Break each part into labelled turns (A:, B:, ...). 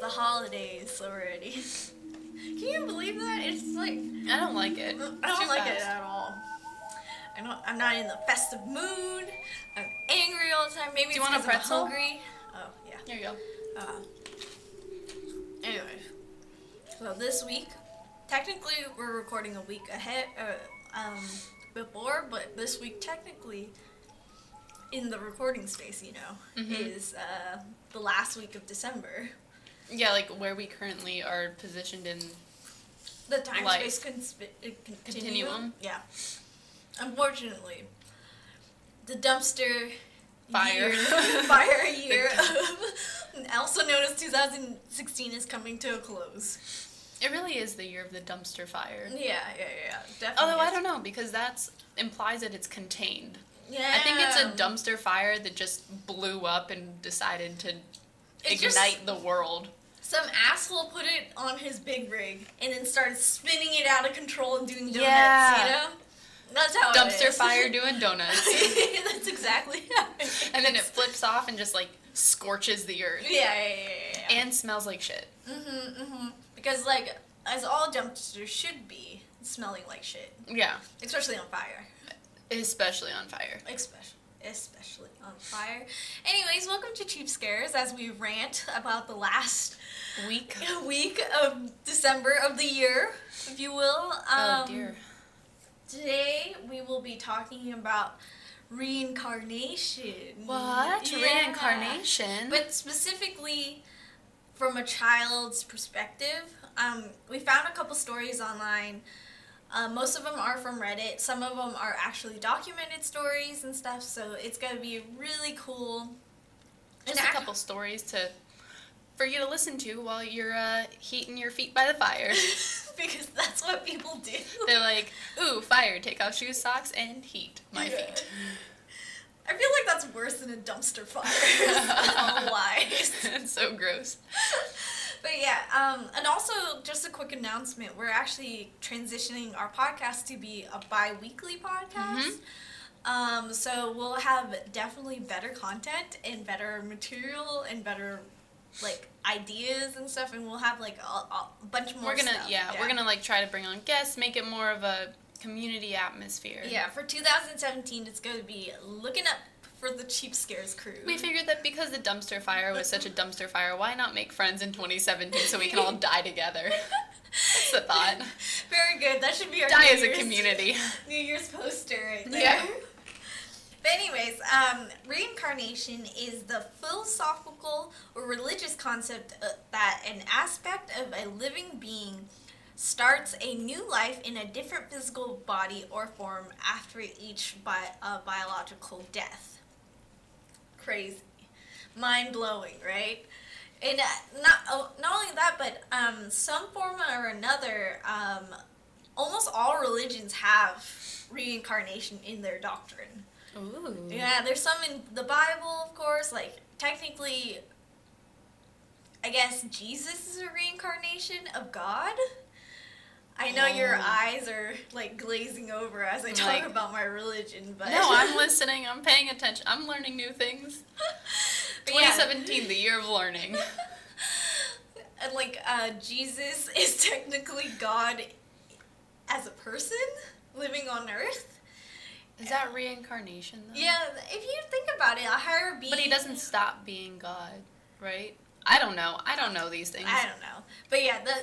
A: the holidays already. Can you believe that? It's like
B: I don't like it.
A: Mm, I don't
B: Too
A: like it
B: fast.
A: at all. I don't. I'm not in the festive mood. I'm angry all the time. Maybe
B: Do you
A: it's
B: want a
A: 'cause
B: pretzel?
A: I'm hungry. Oh yeah.
B: Here you go.
A: Uh, anyway, so this week, technically we're recording a week ahead, uh, um, before, but this week technically, in the recording space, you know,
B: Mhm.
A: is uh, the last week of December.
B: Yeah, like where we currently are positioned in.
A: The time
B: Life.
A: space consp- uh, continuum.
B: Continuum.
A: Yeah. Unfortunately, the dumpster
B: Fire.
A: year, fire year, of- also known as 2016, is coming to a close.
B: It really is the year of the dumpster fire.
A: Yeah, yeah, yeah, yeah, definitely.
B: Although I don't know because that's implies that it's contained.
A: Yeah.
B: I think it's a dumpster fire that just blew up and decided to
A: It's just-
B: ignite the world.
A: Some asshole put it on his big rig and then started spinning it out of control and doing donuts.
B: Yeah.
A: You know, that's how it
B: Dumpster
A: is.
B: fire doing donuts.
A: that's exactly. How it is.
B: and then it flips off and just like scorches the earth
A: Yeah, yeah, yeah, yeah. yeah.
B: and smells like shit.
A: Mhm, mhm. Because like, as all dumpsters should be, smelling like shit,
B: Yeah,
A: especially on fire.
B: especially on fire.
A: especially especially on fire. Anyways, welcome to Cheap Scares as we rant about the last
B: Weak.
A: Um, week of December of the year, if you will. Um,
B: oh dear.
A: Today we will be talking about reincarnation.
B: What?
A: Yeah.
B: Reincarnation.
A: But specifically from a child's perspective, um, we found a couple stories online. Uh, most of them are from Reddit. Some of them are actually documented stories and stuff. So it's gonna be really cool.
B: just
A: And
B: a
A: ac-
B: couple stories to for you to listen to while you're uh, heating your feet by the fire.
A: because that's what people do.
B: They're like, ooh, fire. Take off shoes, socks, and heat my
A: Yeah.
B: feet.
A: I feel like that's worse than a dumpster fire. Oh, lies.
B: it's so gross.
A: but yeah, um, and also just a quick announcement: we're actually transitioning our podcast to be a bi-weekly
B: Mm-hmm.
A: podcast. Um, so we'll have definitely better content and better material and better like ideas and stuff, and we'll have like a, a bunch more.
B: we're gonna
A: stuff.
B: yeah, we're gonna like try to bring on guests, make it more of a community atmosphere.
A: Yeah, for 2017, it's gonna be looking up for the cheap scares crew.
B: We figured that because the dumpster fire was such a dumpster fire, why not make friends in 2017 so we can all die together? That's the thought.
A: Very good. That should be our
B: Die
A: New
B: as a
A: Year's-
B: community.
A: New Year's poster right there.
B: Yeah.
A: But anyways, um, reincarnation is the philosophical or religious concept uh, that an aspect of a living being starts a new life in a different physical body or form after each bi- uh, biological death. Crazy, mind blowing, right? And uh, not oh, not only that, but um, some form or another, um, almost all religions have reincarnation in their doctrine.
B: Ooh.
A: Yeah, there's some in the Bible, of course. Like technically, I guess Jesus is a reincarnation of God. I know your
B: Oh.
A: eyes are like glazing over as I talk
B: Like-
A: about my religion, but
B: No, I'm listening. I'm paying attention. I'm learning new things.
A: But yeah.
B: 2017, the year of learning.
A: And like uh, Jesus is technically God as a person living on Earth.
B: Is that reincarnation though?
A: Yeah, if you think about it, a higher being.
B: Mm. But he doesn't stop being God, right? I don't know. I don't know these things.
A: I don't know, but yeah, the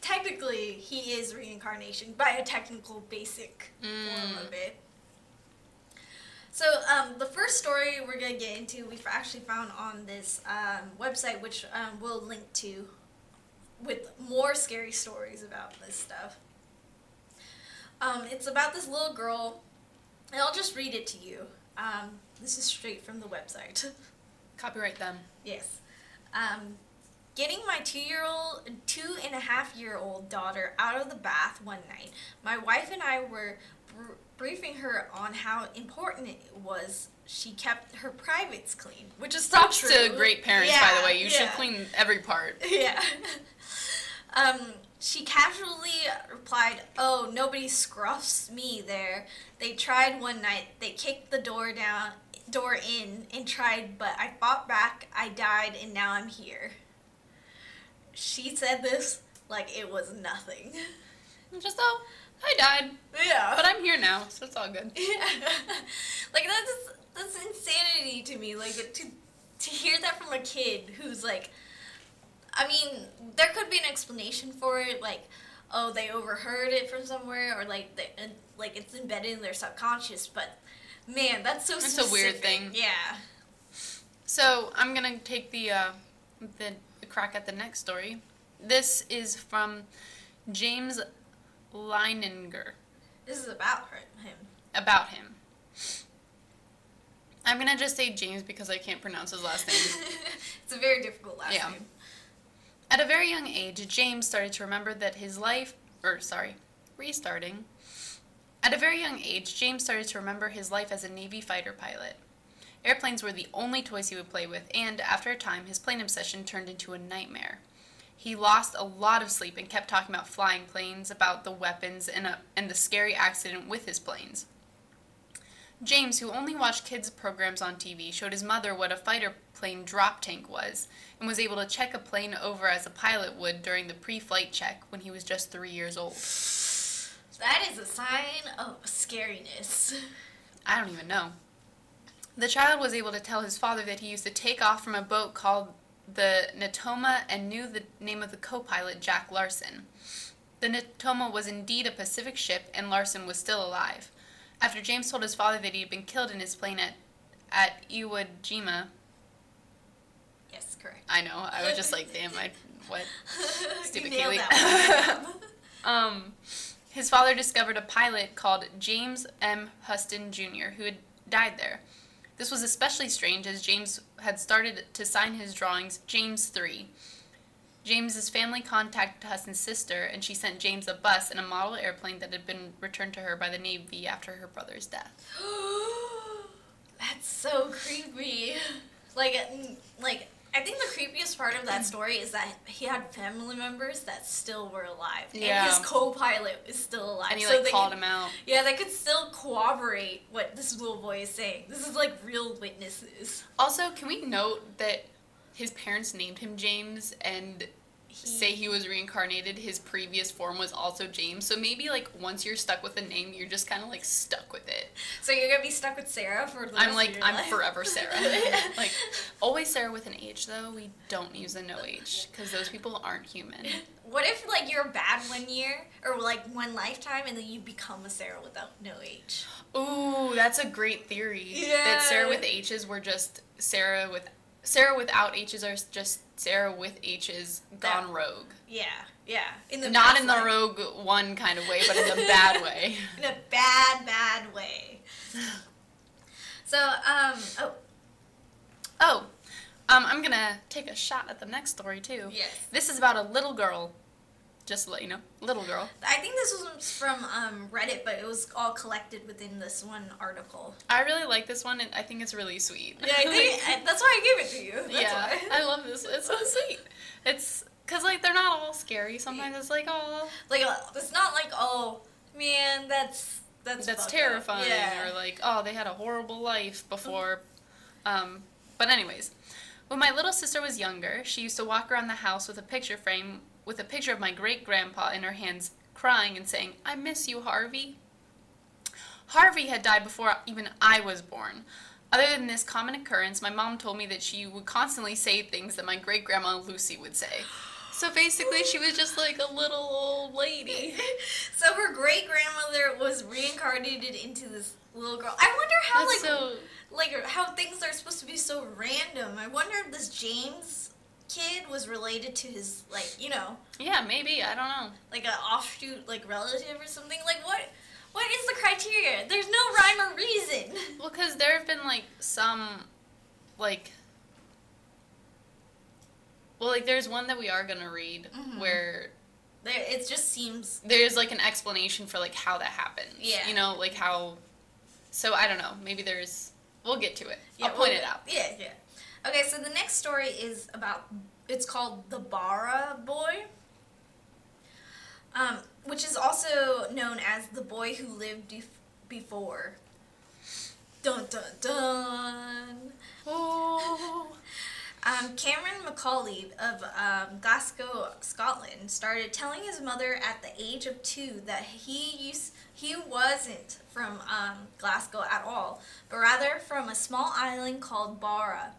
A: technically he is reincarnation by a technical basic form
B: Mm.
A: of it. So um, the first story we're gonna get into, we've actually found on this um, website, which um, we'll link to, with more scary stories about this stuff. Um, it's about this little girl, and I'll just read it to you. Um, this is straight from the website.
B: Copyright them.
A: Yes. Um, getting my two year old, two and a half year old daughter out of the bath one night, my wife and I were br- briefing her on how important it was she kept her privates clean, which is so
B: Props
A: true.
B: to great parents, by
A: Yeah,
B: the way. You should
A: yeah.
B: clean every part.
A: Yeah. um, she casually replied, Oh, nobody scruffs me there. They tried one night, they kicked the door down door in and tried, but I fought back, I died, and now I'm here. she said this like it was nothing.
B: I'm just, oh, I died,
A: Yeah.
B: but I'm here now, so it's all good.
A: like that's that's insanity to me. Like to to hear that from a kid who's like, I mean, there could be an explanation for it, like. Oh, they overheard it from somewhere, or like, they, uh, like it's embedded in their subconscious. But man, that's so.
B: It's a weird
A: specific.
B: thing.
A: Yeah.
B: So I'm gonna take the uh, the crack at the next story. This is from James Leininger
A: This is about her, him.
B: about him. I'm gonna just say James because I can't pronounce his last name.
A: it's a very difficult last
B: Yeah.
A: name.
B: At a very young age, James started to remember that his life, or sorry, restarting. At a very young age, James started to remember his life as a Navy fighter pilot. Airplanes were the only toys he would play with, and after a time, his plane obsession turned into a nightmare. He lost a lot of sleep and kept talking about flying planes, about the weapons, and, uh, and the scary accident with his planes. James, who only watched kids' programs on TV, showed his mother what a fighter plane drop tank was and was able to check a plane over as a pilot would during the pre flight check when he was just three years old.
A: That is a sign of scariness.
B: I don't even know. The child was able to tell his father that he used to take off from a boat called the Natoma and knew the name of the co pilot, Jack Larson. The Natoma was indeed a Pacific ship, and Larson was still alive. After James told his father that he had been killed in his plane at, at Iwo Jima,
A: Yes, correct.
B: I know, I was just like, damn, I, what? Stupid
A: you nailed
B: Kiwi.
A: that one.
B: Um, his father discovered a pilot called James M. Huston Jr., who had died there. This was especially strange as James had started to sign his drawings James 3. James's family contacted Huston's sister, and she sent James a bus and a model airplane that had been returned to her by the Navy after her brother's death.
A: That's so creepy. Like, n- like I think the creepiest part of that story is that he had family members that still were alive, and
B: Yeah.
A: his co-pilot is still alive.
B: And he like
A: they
B: called
A: could,
B: him out.
A: Yeah, they could still corroborate what this little boy is saying. This is like real witnesses.
B: Also, can we note that his parents named him James and
A: He,
B: say he was reincarnated, his previous form was also James. So maybe like once you're stuck with a name, you're just kind of like stuck with it.
A: so you're gonna be stuck with Sarah for. The rest
B: I'm
A: of
B: like
A: your
B: I'm
A: life?
B: forever Sarah. like always Sarah with an H though. We don't use a no H because those people aren't human.
A: What if like you're bad one year or like one lifetime, and then you become a Sarah without no age?
B: Ooh, that's a great theory. That Sarah with H's were just Sarah with Sarah without H's are just Sarah with H's gone rogue.
A: Yeah, yeah. In
B: Not
A: past
B: in the
A: life.
B: rogue one kind of way, but in the bad way.
A: in a bad, bad way. So, um, oh
B: Oh, um, I'm gonna take a shot at the next story too.
A: yes,
B: This is about a little girl. Just to let you know, little girl.
A: I think this was from um, Reddit, but it was all collected within this one article.
B: I really like this one, and I think it's really sweet.
A: Yeah, I think
B: Like,
A: I- that's why I gave it to you. That's
B: yeah,
A: why.
B: I love this. It's so sweet. It's because like they're not all scary. Sometimes it's like, oh,
A: like uh, it's not like oh man, that's that's
B: that's
A: fucked up.
B: terrifying,
A: Yeah. Mm-hmm.
B: or like, oh, they had a horrible life before. Um, but anyways, when my little sister was younger, she used to walk around the house with a picture frame with a picture of my great grandpa in her hands, crying and saying, "I miss you, Harvey." Harvey had died before even I was born. Other than this common occurrence, my mom told me that she would constantly say things that my great grandma Lucy would say. So basically, she was just like a little old lady.
A: so her great grandmother was reincarnated into this little girl. I wonder how
B: That's
A: like
B: so
A: like how things are supposed to be so random. I wonder if this James kid was related to his like you know
B: yeah, maybe I don't know.
A: like an offshoot like relative or something. Like what what is the criteria? There's no rhyme or reason.
B: Well, because there have been like some, like, well, like there's one that we are gonna read
A: Mhm.
B: where
A: There, it just seems
B: there's like an explanation for like how that happens.
A: Yeah.
B: You know, like how. So I don't know. Maybe there's. We'll get to it. I'll
A: well,
B: point it out.
A: Yeah, yeah. Okay, so the next story is about it's called the Bara Boy, um, which is also known as the boy who lived bef- before. Dun dun dun.
B: Oh.
A: Um, Cameron Macaulay of um, Glasgow, Scotland, started telling his mother at the age of two that he used, he wasn't from um, Glasgow at all, but rather from a small island called Barra,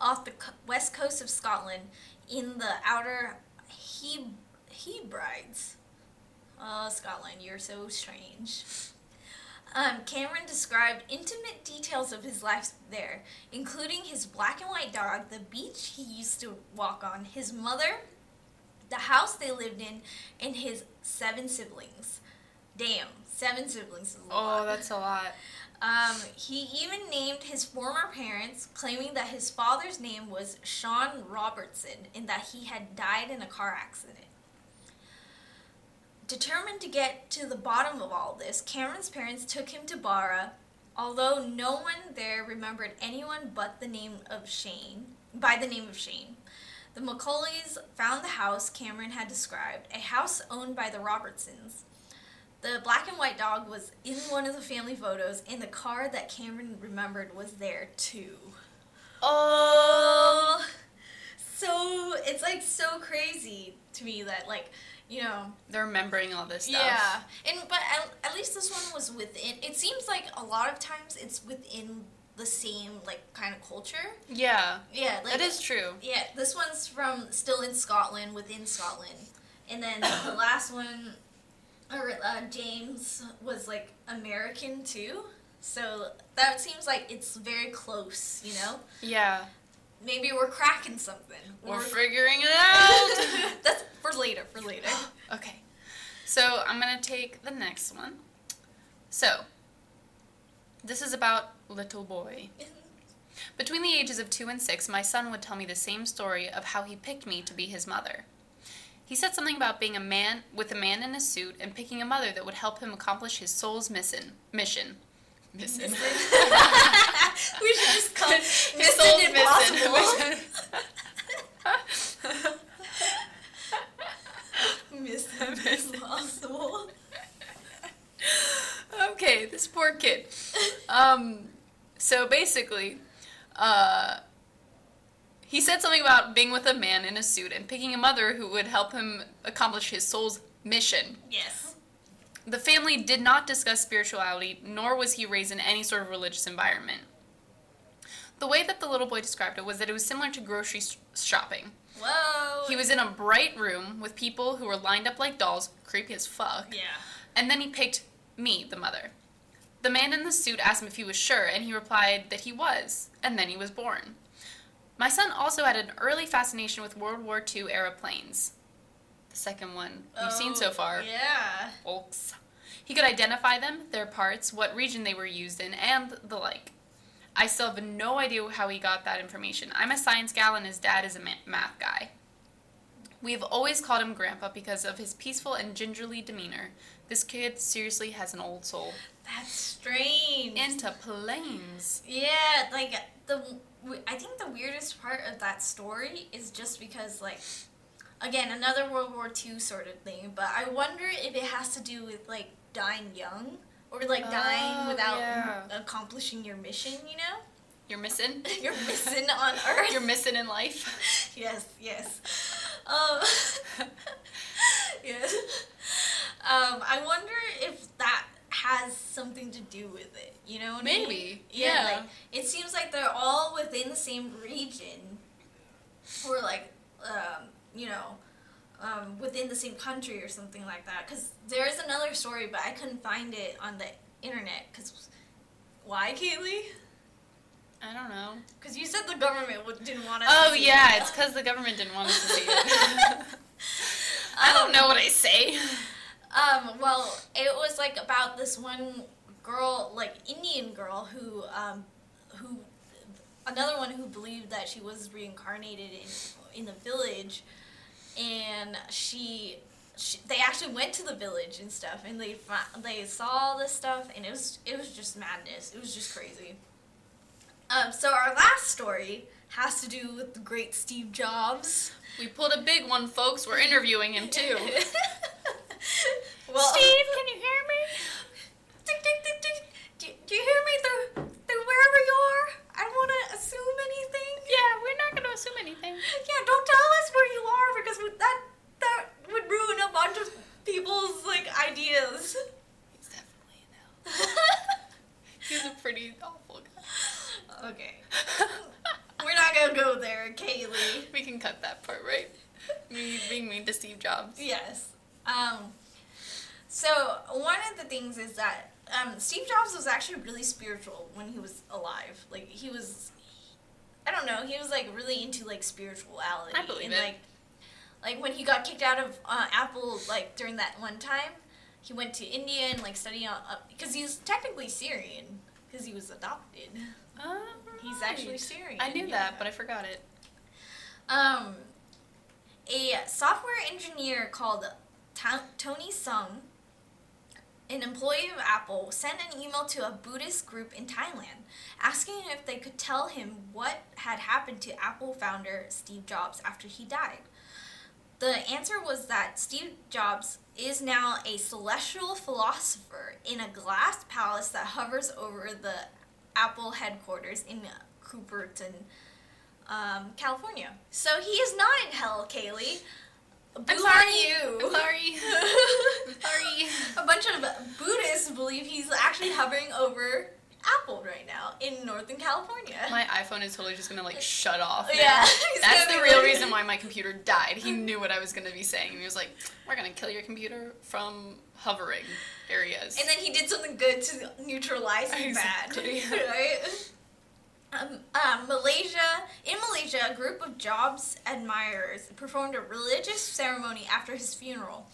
A: off the co- west coast of Scotland, in the outer he Hebrides. Oh, Scotland, you're so strange. Um, Cameron described intimate details of his life there, including his black and white dog, the beach he used to walk on, his mother, the house they lived in, and his seven siblings. Damn, seven siblings is a lot.
B: Oh, that's a lot.
A: Um, he even named his former parents, claiming that his father's name was Sean Robertson and that he had died in a car accident. Determined to get to the bottom of all this, Cameron's parents took him to Barra, although no one there remembered anyone but the name of Shane, by the name of Shane. The McCauleys found the house Cameron had described, a house owned by the Robertsons. The black and white dog was in one of the family photos, and the car that Cameron remembered was there too. Oh, so it's like so crazy to me that like you know
B: They're remembering all this stuff.
A: yeah, and but at, at least this one was within. It seems like a lot of times it's within the same like kind of culture.
B: Yeah.
A: Yeah, like
B: that is true.
A: yeah, this one's from still in Scotland, within Scotland, and then the last one, or uh, James was like American too. So that seems like it's very close, you know.
B: Yeah.
A: Maybe we're cracking something.
B: We're
A: Or-
B: figuring it out.
A: That's for later. For later.
B: okay. So I'm going to take the next one. So, this is about little boy. Between the ages of two and six, my son would tell me the same story of how he picked me to be his mother. He said something about being a man with a man in a suit and picking a mother that would help him accomplish his soul's mission. Mission. Mission.
A: we should just call it Mission Impossible. Mission
B: Mission.
A: Impossible.
B: okay, this poor kid. Um, so basically, uh, he said something about being with a man in a suit and picking a mother who would help him accomplish his soul's mission.
A: Yes.
B: The family did not discuss spirituality, nor was he raised in any sort of religious environment. The way that the little boy described it was that it was similar to grocery s- shopping.
A: Whoa.
B: He was in a bright room with people who were lined up like dolls, creepy as fuck.
A: Yeah.
B: And then he picked me, the mother. The man in the suit asked him if he was sure, and he replied that he was, and then he was born. My son also had an early fascination with World War II era planes. The second one we've seen so
A: Oh,
B: far,
A: Yeah.
B: folks. He could identify them, their parts, what region they were used in, and the like. I still have no idea how he got that information. I'm a science gal, and his dad is a ma- math guy. We've always called him Grandpa because of his peaceful and gingerly demeanor. This kid seriously has an old soul.
A: That's strange.
B: Into planes.
A: yeah, like the w- I think the weirdest part of that story is just because like again, another World War II sort of thing, but I wonder if it has to do with like dying young or like dying
B: Oh,
A: without
B: yeah.
A: accomplishing your mission, you know?
B: You're missing.
A: Your mission on earth.
B: You're missing in life.
A: yes, yes. Um, yes. Um, I wonder if that has something to do with it. You know what I mean?
B: Maybe, yeah.
A: Like, it seems like they're all within the same region, or like, um, you know. Um, within the same country or something like that because there is another story but i couldn't find it on the internet because why kaylee
B: I don't know.
A: because you said the government would- didn't want us
B: Oh
A: to see
B: yeah,
A: it.
B: it's because the government didn't want us to see it. I don't know what I say.
A: Um, well, it was like about this one girl, like Indian girl, who, um, who, another one who believed that she was reincarnated in in the village, and she. She, they actually went to the village and stuff, and they fi- they saw all this stuff, and it was it was just madness. It was just crazy. Um, so our last story has to do with the great Steve Jobs.
B: We pulled a big one, folks. We're interviewing him too.
A: well, uh,
B: can you hear me?
A: Ding, ding, ding, ding. Do, do you hear me through, through wherever you are? I don't want to assume anything.
B: Yeah, we're not going to assume awful guy.
A: Okay. We're not gonna go there, Kaylee.
B: We can cut that part, right? Me being mean to Steve Jobs.
A: Yes. Um, so one of the things is that um, Steve Jobs was actually really spiritual when he was alive. Like he was, I don't know, he was like really into like spirituality.
B: I believe
A: and,
B: it.
A: Like, like when he got kicked out of uh, Apple, like during that one time, he went to India and like studied on because he's technically Syrian because he was adopted. He's actually
B: Alright.
A: Syrian.
B: I knew
A: yeah.
B: that, but I forgot it.
A: Um, a software engineer called Ta- Tony Sung, an employee of Apple, sent an email to a Buddhist group in Thailand asking if they could tell him what had happened to Apple founder Steve Jobs after he died. The answer was that Steve Jobs is now a celestial philosopher in a glass palace that hovers over the Apple headquarters in Cooperton, um, California. So he is not in hell, Kaylee. Boo
B: sorry.
A: you.
B: I'm sorry. Sorry.
A: A bunch of Buddhists believe he's actually hovering over Apple right now in Northern California.
B: My iPhone is totally just gonna like shut off. now.
A: yeah, he's
B: That's
A: gonna
B: the
A: be
B: real
A: like-
B: reason why my computer died. He knew what I was gonna be saying. He was like, "We're gonna kill your computer from hovering areas."
A: And then he did something good to neutralize the
B: Exactly.
A: bad, right? Um, um, Malaysia, in Malaysia, a group of Jobs admirers performed a religious ceremony after his funeral.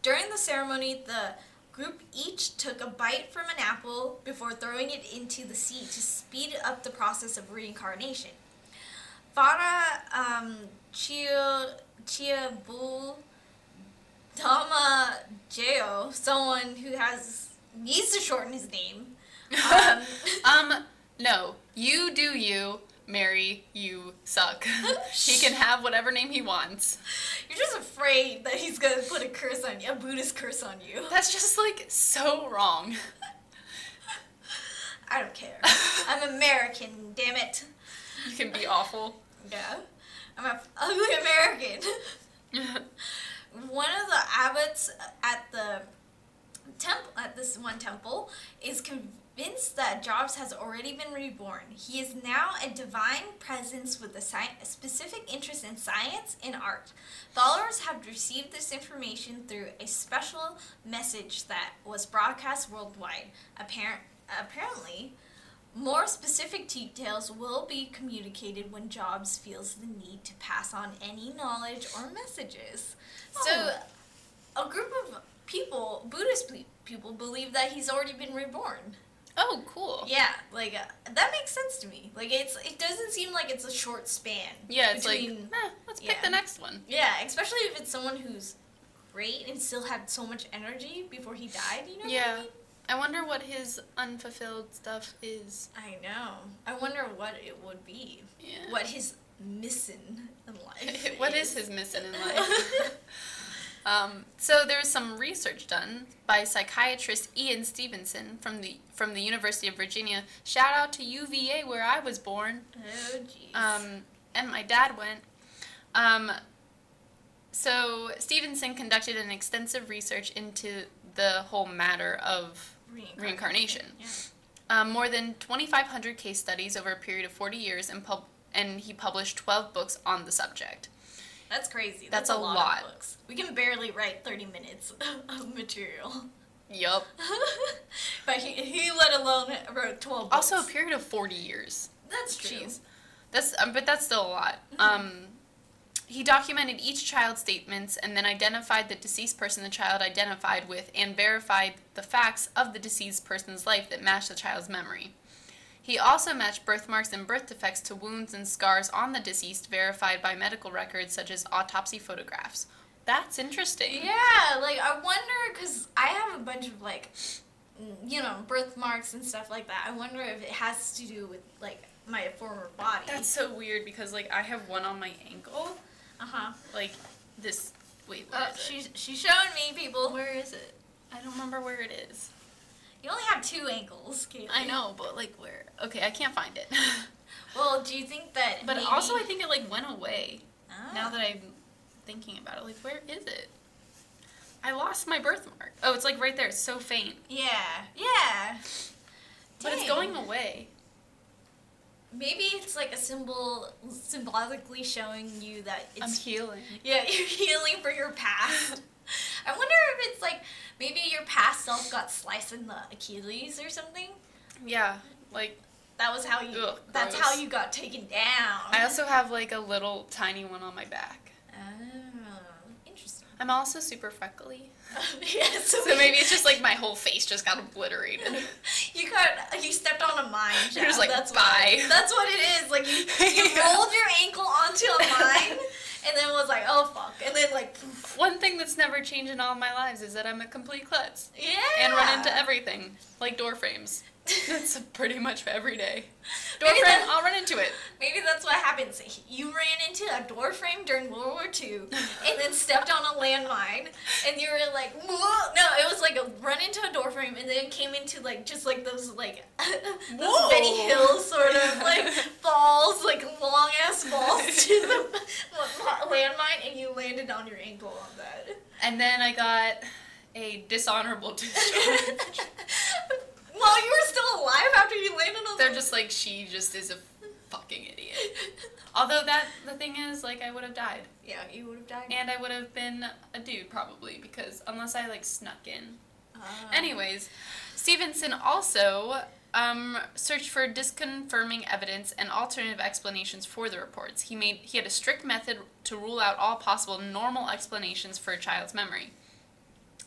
A: During the ceremony, the group each took a bite from an apple before throwing it into the sea to speed up the process of reincarnation. Farah um, Chia, Chia Bull Dama Jeo, someone who has needs to shorten his name. Um,
B: um, no, you do you, Mary. You suck. he can have whatever name he wants.
A: you're just afraid that he's gonna put a curse on you, a Buddhist curse on you.
B: That's just like so wrong.
A: I don't care. I'm American, damn it.
B: You can be awful.
A: Yeah, I'm an ugly American. One of the abbots at the temple at this one temple is convinced that Jobs has already been reborn. He is now a divine presence with a, sci- a specific interest in science and art. Followers have received this information through a special message that was broadcast worldwide. Appar- apparently, more specific details will be communicated when Jobs feels the need to pass on any knowledge or messages.
B: Oh.
A: So, a group of people, Buddhist pe- people, believe that he's already been reborn.
B: oh, cool.
A: Yeah, like uh, that makes sense to me. Like it's it doesn't seem like it's a short span.
B: Yeah, it's
A: between-
B: like, eh, let's pick
A: yeah.
B: the next one.
A: yeah, especially if it's someone who's great and still had so much energy before he died. You know?
B: Yeah.
A: What
B: I wonder what his unfulfilled stuff is.
A: I, mean? I know. I wonder what it would be.
B: Yeah.
A: what he's missing in life.
B: what is his missing in life? um, so there was some research done by psychiatrist Ian Stevenson from the from the University of Virginia. Shout out to UVA where I was born.
A: oh jeez.
B: um, and my dad went. Um, so Stevenson conducted an extensive research into the whole matter of reincarnation.
A: Yeah.
B: Um, more than 2,500 case studies over a period of 40 years, and, pub- and he published 12 books on the subject.
A: That's crazy.
B: That's a
A: of
B: lot.
A: books. We can barely write thirty minutes of material.
B: Yup.
A: but he, he let alone wrote twelve. Books.
B: Also, a period of 40 years.
A: that's true.
B: Jeez. That's um, but that's still a lot. Um, he documented each child's statements and then identified the deceased person the child identified with and verified the facts of the deceased person's life that matched the child's memory. He also matched birthmarks and birth defects to wounds and scars on the deceased verified by medical records such as autopsy photographs. That's interesting.
A: Yeah, like I wonder because I have a bunch of like, you know, birthmarks and stuff like that. I wonder if it has to do with like my former body.
B: That's so weird because like I have one on my ankle,
A: uh huh.
B: like this. Wait, where
A: Oh,
B: is it?
A: she's she's showing me people.
B: Where is it? Uh, I don't remember where it is.
A: You only have two ankles, Kaylee.
B: I know, but like where? Okay, I can't find it.
A: Well, do you think that?
B: but
A: maybe-
B: also, I think it like went away.
A: Ah.
B: Now that I'm thinking about it, like where is it? I lost my birthmark. Oh, it's like right there. It's so faint,
A: yeah, yeah.
B: but it's
A: Dang.
B: going going away.
A: Maybe it's like a symbol, symbolically showing you that
B: I'm
A: it's
B: healing.
A: yeah, you're healing for your past. I wonder if it's like maybe your past self got sliced in the Achilles or something.
B: Yeah, like
A: That was how you.
B: Ugh,
A: that's
B: gross.
A: how you got taken down.
B: I also have like a little tiny one on my back.
A: Oh, interesting.
B: I'm also super freckly.
A: yeah, so,
B: So maybe it's just like my whole face just got obliterated.
A: you got you stepped on a mine shaft.
B: You're just like,
A: that's
B: "Bye."
A: What, that's what it is. Like you, you
B: Yeah.
A: rolled your ankle onto a mine, and then was like, oh fuck, and then like, poof.
B: One thing that's never changed in all my lives is that I'm a complete klutz
A: yeah,
B: and run into everything, like door frames. That's pretty much every day. Door
A: Maybe
B: frame,
A: that's-
B: I'll run into it.
A: Maybe that's what happens. You ran into a door frame during World War II and then stepped on a landmine and you were like, Whoa! no, it was like a run into a door frame and then came into like just like those like those
B: Whoa.
A: Benny Hill sort of like balls, like long ass balls to the landmine and you landed on your ankle on that.
B: And then I got a dishonorable discharge.
A: While you were still alive after you landed on
B: They're
A: the-
B: just like she just is a fucking idiot. Although that the thing is, like I would have died,
A: Yeah, you would have died.
B: and I would have been a dude probably because unless I like snuck in.
A: Ah.
B: Anyways, Stevenson also um, searched for disconfirming evidence and alternative explanations for the reports. He made he had a strict method to rule out all possible normal explanations for a child's memory.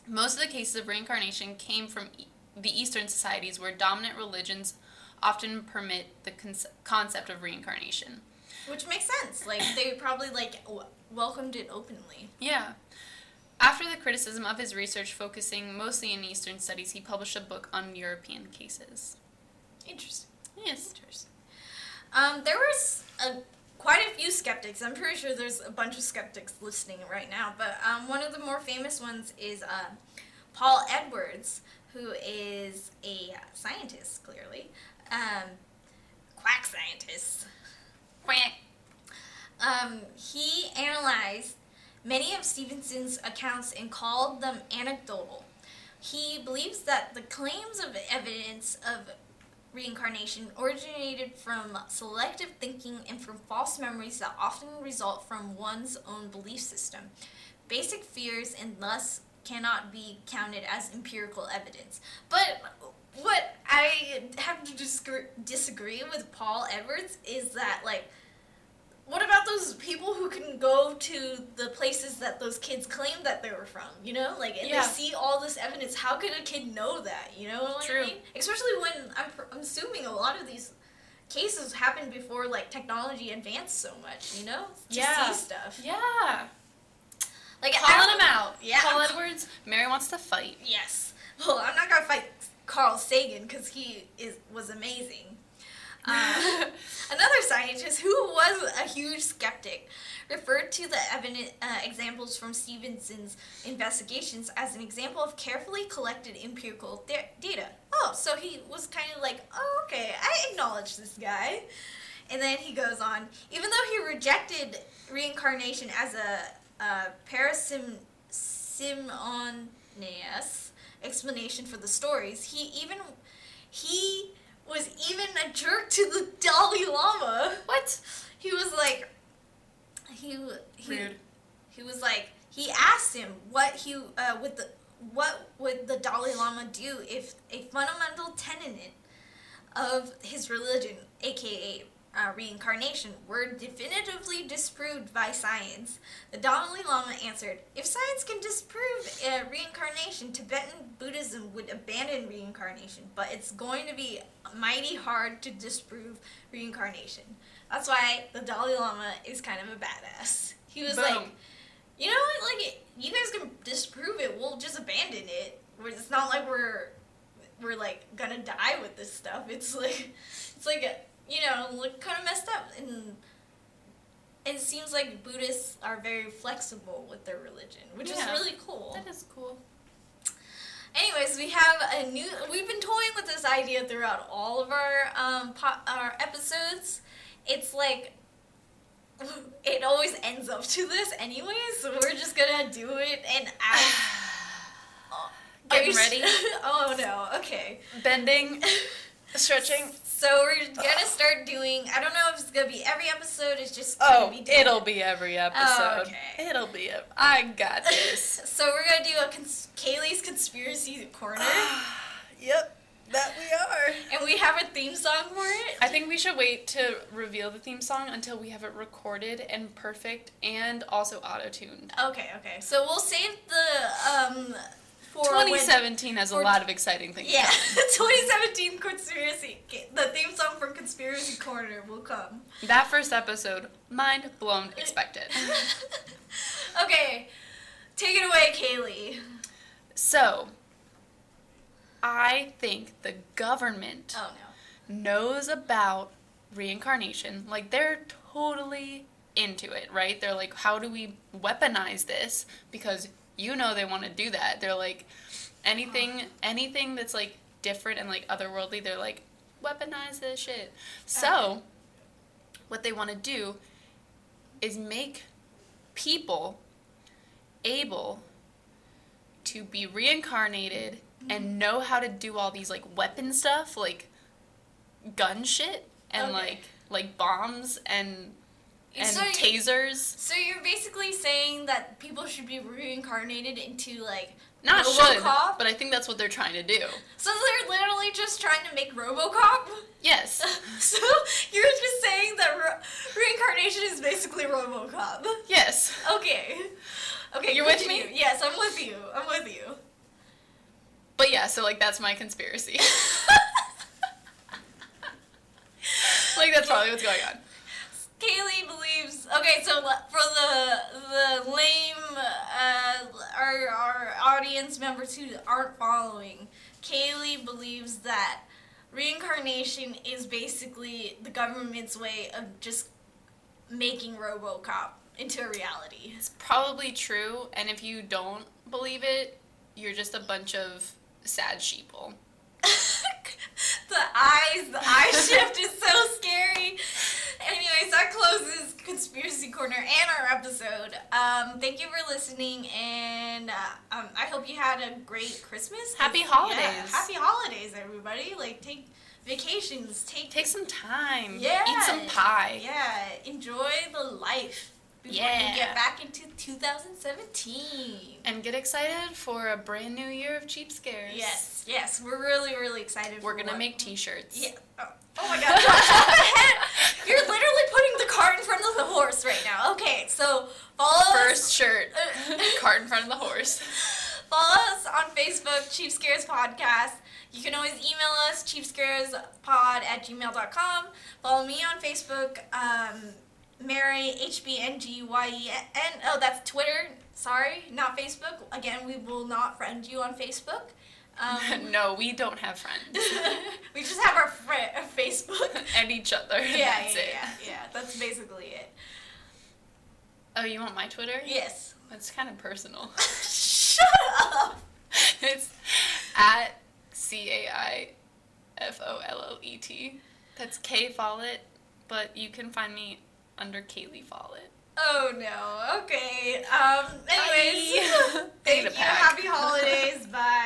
B: Most of the cases of reincarnation came from e- the Eastern societies, where dominant religions often permit the conce- concept of reincarnation.
A: Which makes sense. Like they probably like w- welcomed it openly.
B: Yeah. After the criticism of his research focusing mostly in Eastern studies, he published a book on European cases.
A: Interesting.
B: Yes.
A: Um, there was a, quite a few skeptics. I'm pretty sure there's a bunch of skeptics listening right now. But um, one of the more famous ones is uh, Paul Edwards, who is a scientist, clearly, um, quack scientist.
B: Quack.
A: Um, he analyzed many of Stevenson's accounts and called them anecdotal. He believes that the claims of evidence of reincarnation originated from selective thinking and from false memories that often result from one's own belief system, basic fears, and thus cannot be counted as empirical evidence. But what I have to discre- disagree with Paul Edwards is that, like, what about those people who can go to the places that those kids claim that they were from? You know, like, and
B: Yeah.
A: they see all this evidence. How could a kid know that? You know what
B: True.
A: I mean? Especially when I'm, pr- I'm assuming a lot of these cases happened before like technology advanced so much. You know, to
B: Yeah.
A: see stuff
B: Yeah.
A: like
B: Calling
A: I-
B: him out.
A: Yeah.
B: Paul Edwards. Mary wants to fight.
A: Yes. Well, I'm not gonna fight Carl Sagan because he is was amazing. Um, another scientist who was a huge skeptic referred to the evident, uh, examples from Stevenson's investigations as an example of carefully collected empirical da- data. Oh, so he was kind of like, oh, okay, I acknowledge this guy. And then he goes on, even though he rejected reincarnation as a, a parasim- Simonias explanation for the stories. He even he was even a jerk to the Dalai Lama.
B: What?
A: He was like he he
B: Rude.
A: he was like he asked him what he uh, would the what would the Dalai Lama do if a fundamental tenet of his religion, aka uh, reincarnation, were definitively disproved by science? The Dalai Lama answered, "If science can disprove uh, reincarnation, Tibetan Buddhism would abandon reincarnation, but it's going to be mighty hard to disprove reincarnation." That's why the Dalai Lama is kind of a badass. He was like,
B: Boom.
A: you know what? Like, it, you guys can disprove it. We'll just abandon it. We're- It's not like we're we're like gonna die with this stuff. It's like it's like you know, look kind of messed up, and it seems like Buddhists are very flexible with their religion, which
B: Yeah.
A: is really cool.
B: That is cool.
A: Anyways, we have a new. We've been toying with this idea throughout all of our um po- our episodes. It's like. It always ends up to this, anyways. So we're just gonna do it, and I. Are
B: Getting
A: you s-
B: ready.
A: oh no! Okay.
B: Bending. Stretching.
A: So we're gonna start doing. I don't know if it's gonna be every episode. It's just gonna
B: Oh,
A: be different. Oh,
B: it'll be every episode.
A: okay.
B: It'll be. ev- I got this.
A: so we're gonna do a cons- Kaylee's conspiracy corner,
C: Yep, that we are.
A: and we have a theme song for it.
B: I think we should wait to reveal the theme song until we have it recorded and perfect and also auto tuned.
A: Okay, okay. So we'll save the um for when-
B: 2017 has a
A: for-
B: lot of exciting things.
A: yeah, 2017 conspiracy. The theme song from Conspiracy Corner will come.
B: That first episode, mind blown, expected.
A: okay, take it away, Kaylee.
B: So, I think the government
A: Oh no.
B: knows about reincarnation. Like, they're totally into it, right? They're like, how do we weaponize this? Because you know they want to do that. They're like, anything, anything that's like different and like otherworldly, they're like, weaponize this shit. So, what they want to do is make people able to be reincarnated
A: Mm-hmm.
B: and know how to do all these like weapon stuff, like gun shit and
A: Okay.
B: like like bombs and and
A: so, you-
B: tasers.
A: so you're basically saying that people should be reincarnated into like
B: Not should,
A: RoboCop?
B: but I think that's what they're trying to do.
A: So they're literally just trying to make RoboCop.
B: Yes.
A: so you're just saying that re- reincarnation is basically RoboCop.
B: yes.
A: Okay. Okay.
B: You're with
A: continue.
B: me?
A: Yes, I'm with you. I'm with you.
B: But yeah, so like that's my conspiracy. like that's probably what's going on.
A: Kaylee believes. Okay, so le- for the the lame uh, our our audience members who aren't following, Kaylee believes that reincarnation is basically the government's way of just making RoboCop into a reality.
B: It's probably true, and if you don't believe it, you're just a bunch of sad sheeple.
A: the eyes, the eye shift is so scary. Anyways, that closes Conspiracy Corner and our episode. Um, thank you for listening, and uh, um, I hope you had a great Christmas.
B: Happy
A: Yeah,
B: holidays.
A: happy holidays, everybody. Like, take vacations, take,
B: Take some time.
A: Yeah.
B: Eat some pie.
A: Yeah, enjoy the life before
B: Yeah.
A: you get back into 2017.
B: And get excited for a brand new year of cheap scares.
A: Yes, yes, we're really, really excited.
B: We're
A: for
B: gonna
A: what-
B: make t-shirts.
A: Yeah. Oh, oh my god. Don't shake your head. You're literally putting the cart in front of the horse right now. Okay, so follow
B: First
A: us.
B: shirt.
A: Uh,
B: Cart in front of the horse.
A: Follow us on Facebook, Chief Scares Podcast. You can always email us, chiefscarespod at gmail.com. Follow me on Facebook, um, Mary, H-B-N-G-Y-E-N. Oh, that's Twitter. Sorry, not Facebook. Again, we will not friend you on Facebook. Um,
B: no, we don't have friends.
A: we just have our, fri our Facebook.
B: and each other.
A: yeah,
B: That's
A: yeah,
B: it.
A: yeah, yeah. That's basically it.
B: Oh, you want my Twitter?
A: Yes.
B: That's kind of personal.
A: Shut up.
B: it's at C A I F O L L E T. That's K Follett, but you can find me under Kaylee Follett.
A: Oh no. Okay. Um. Anyways,
B: Bye.
A: thank you.
B: Take it back.
A: Happy holidays. Bye.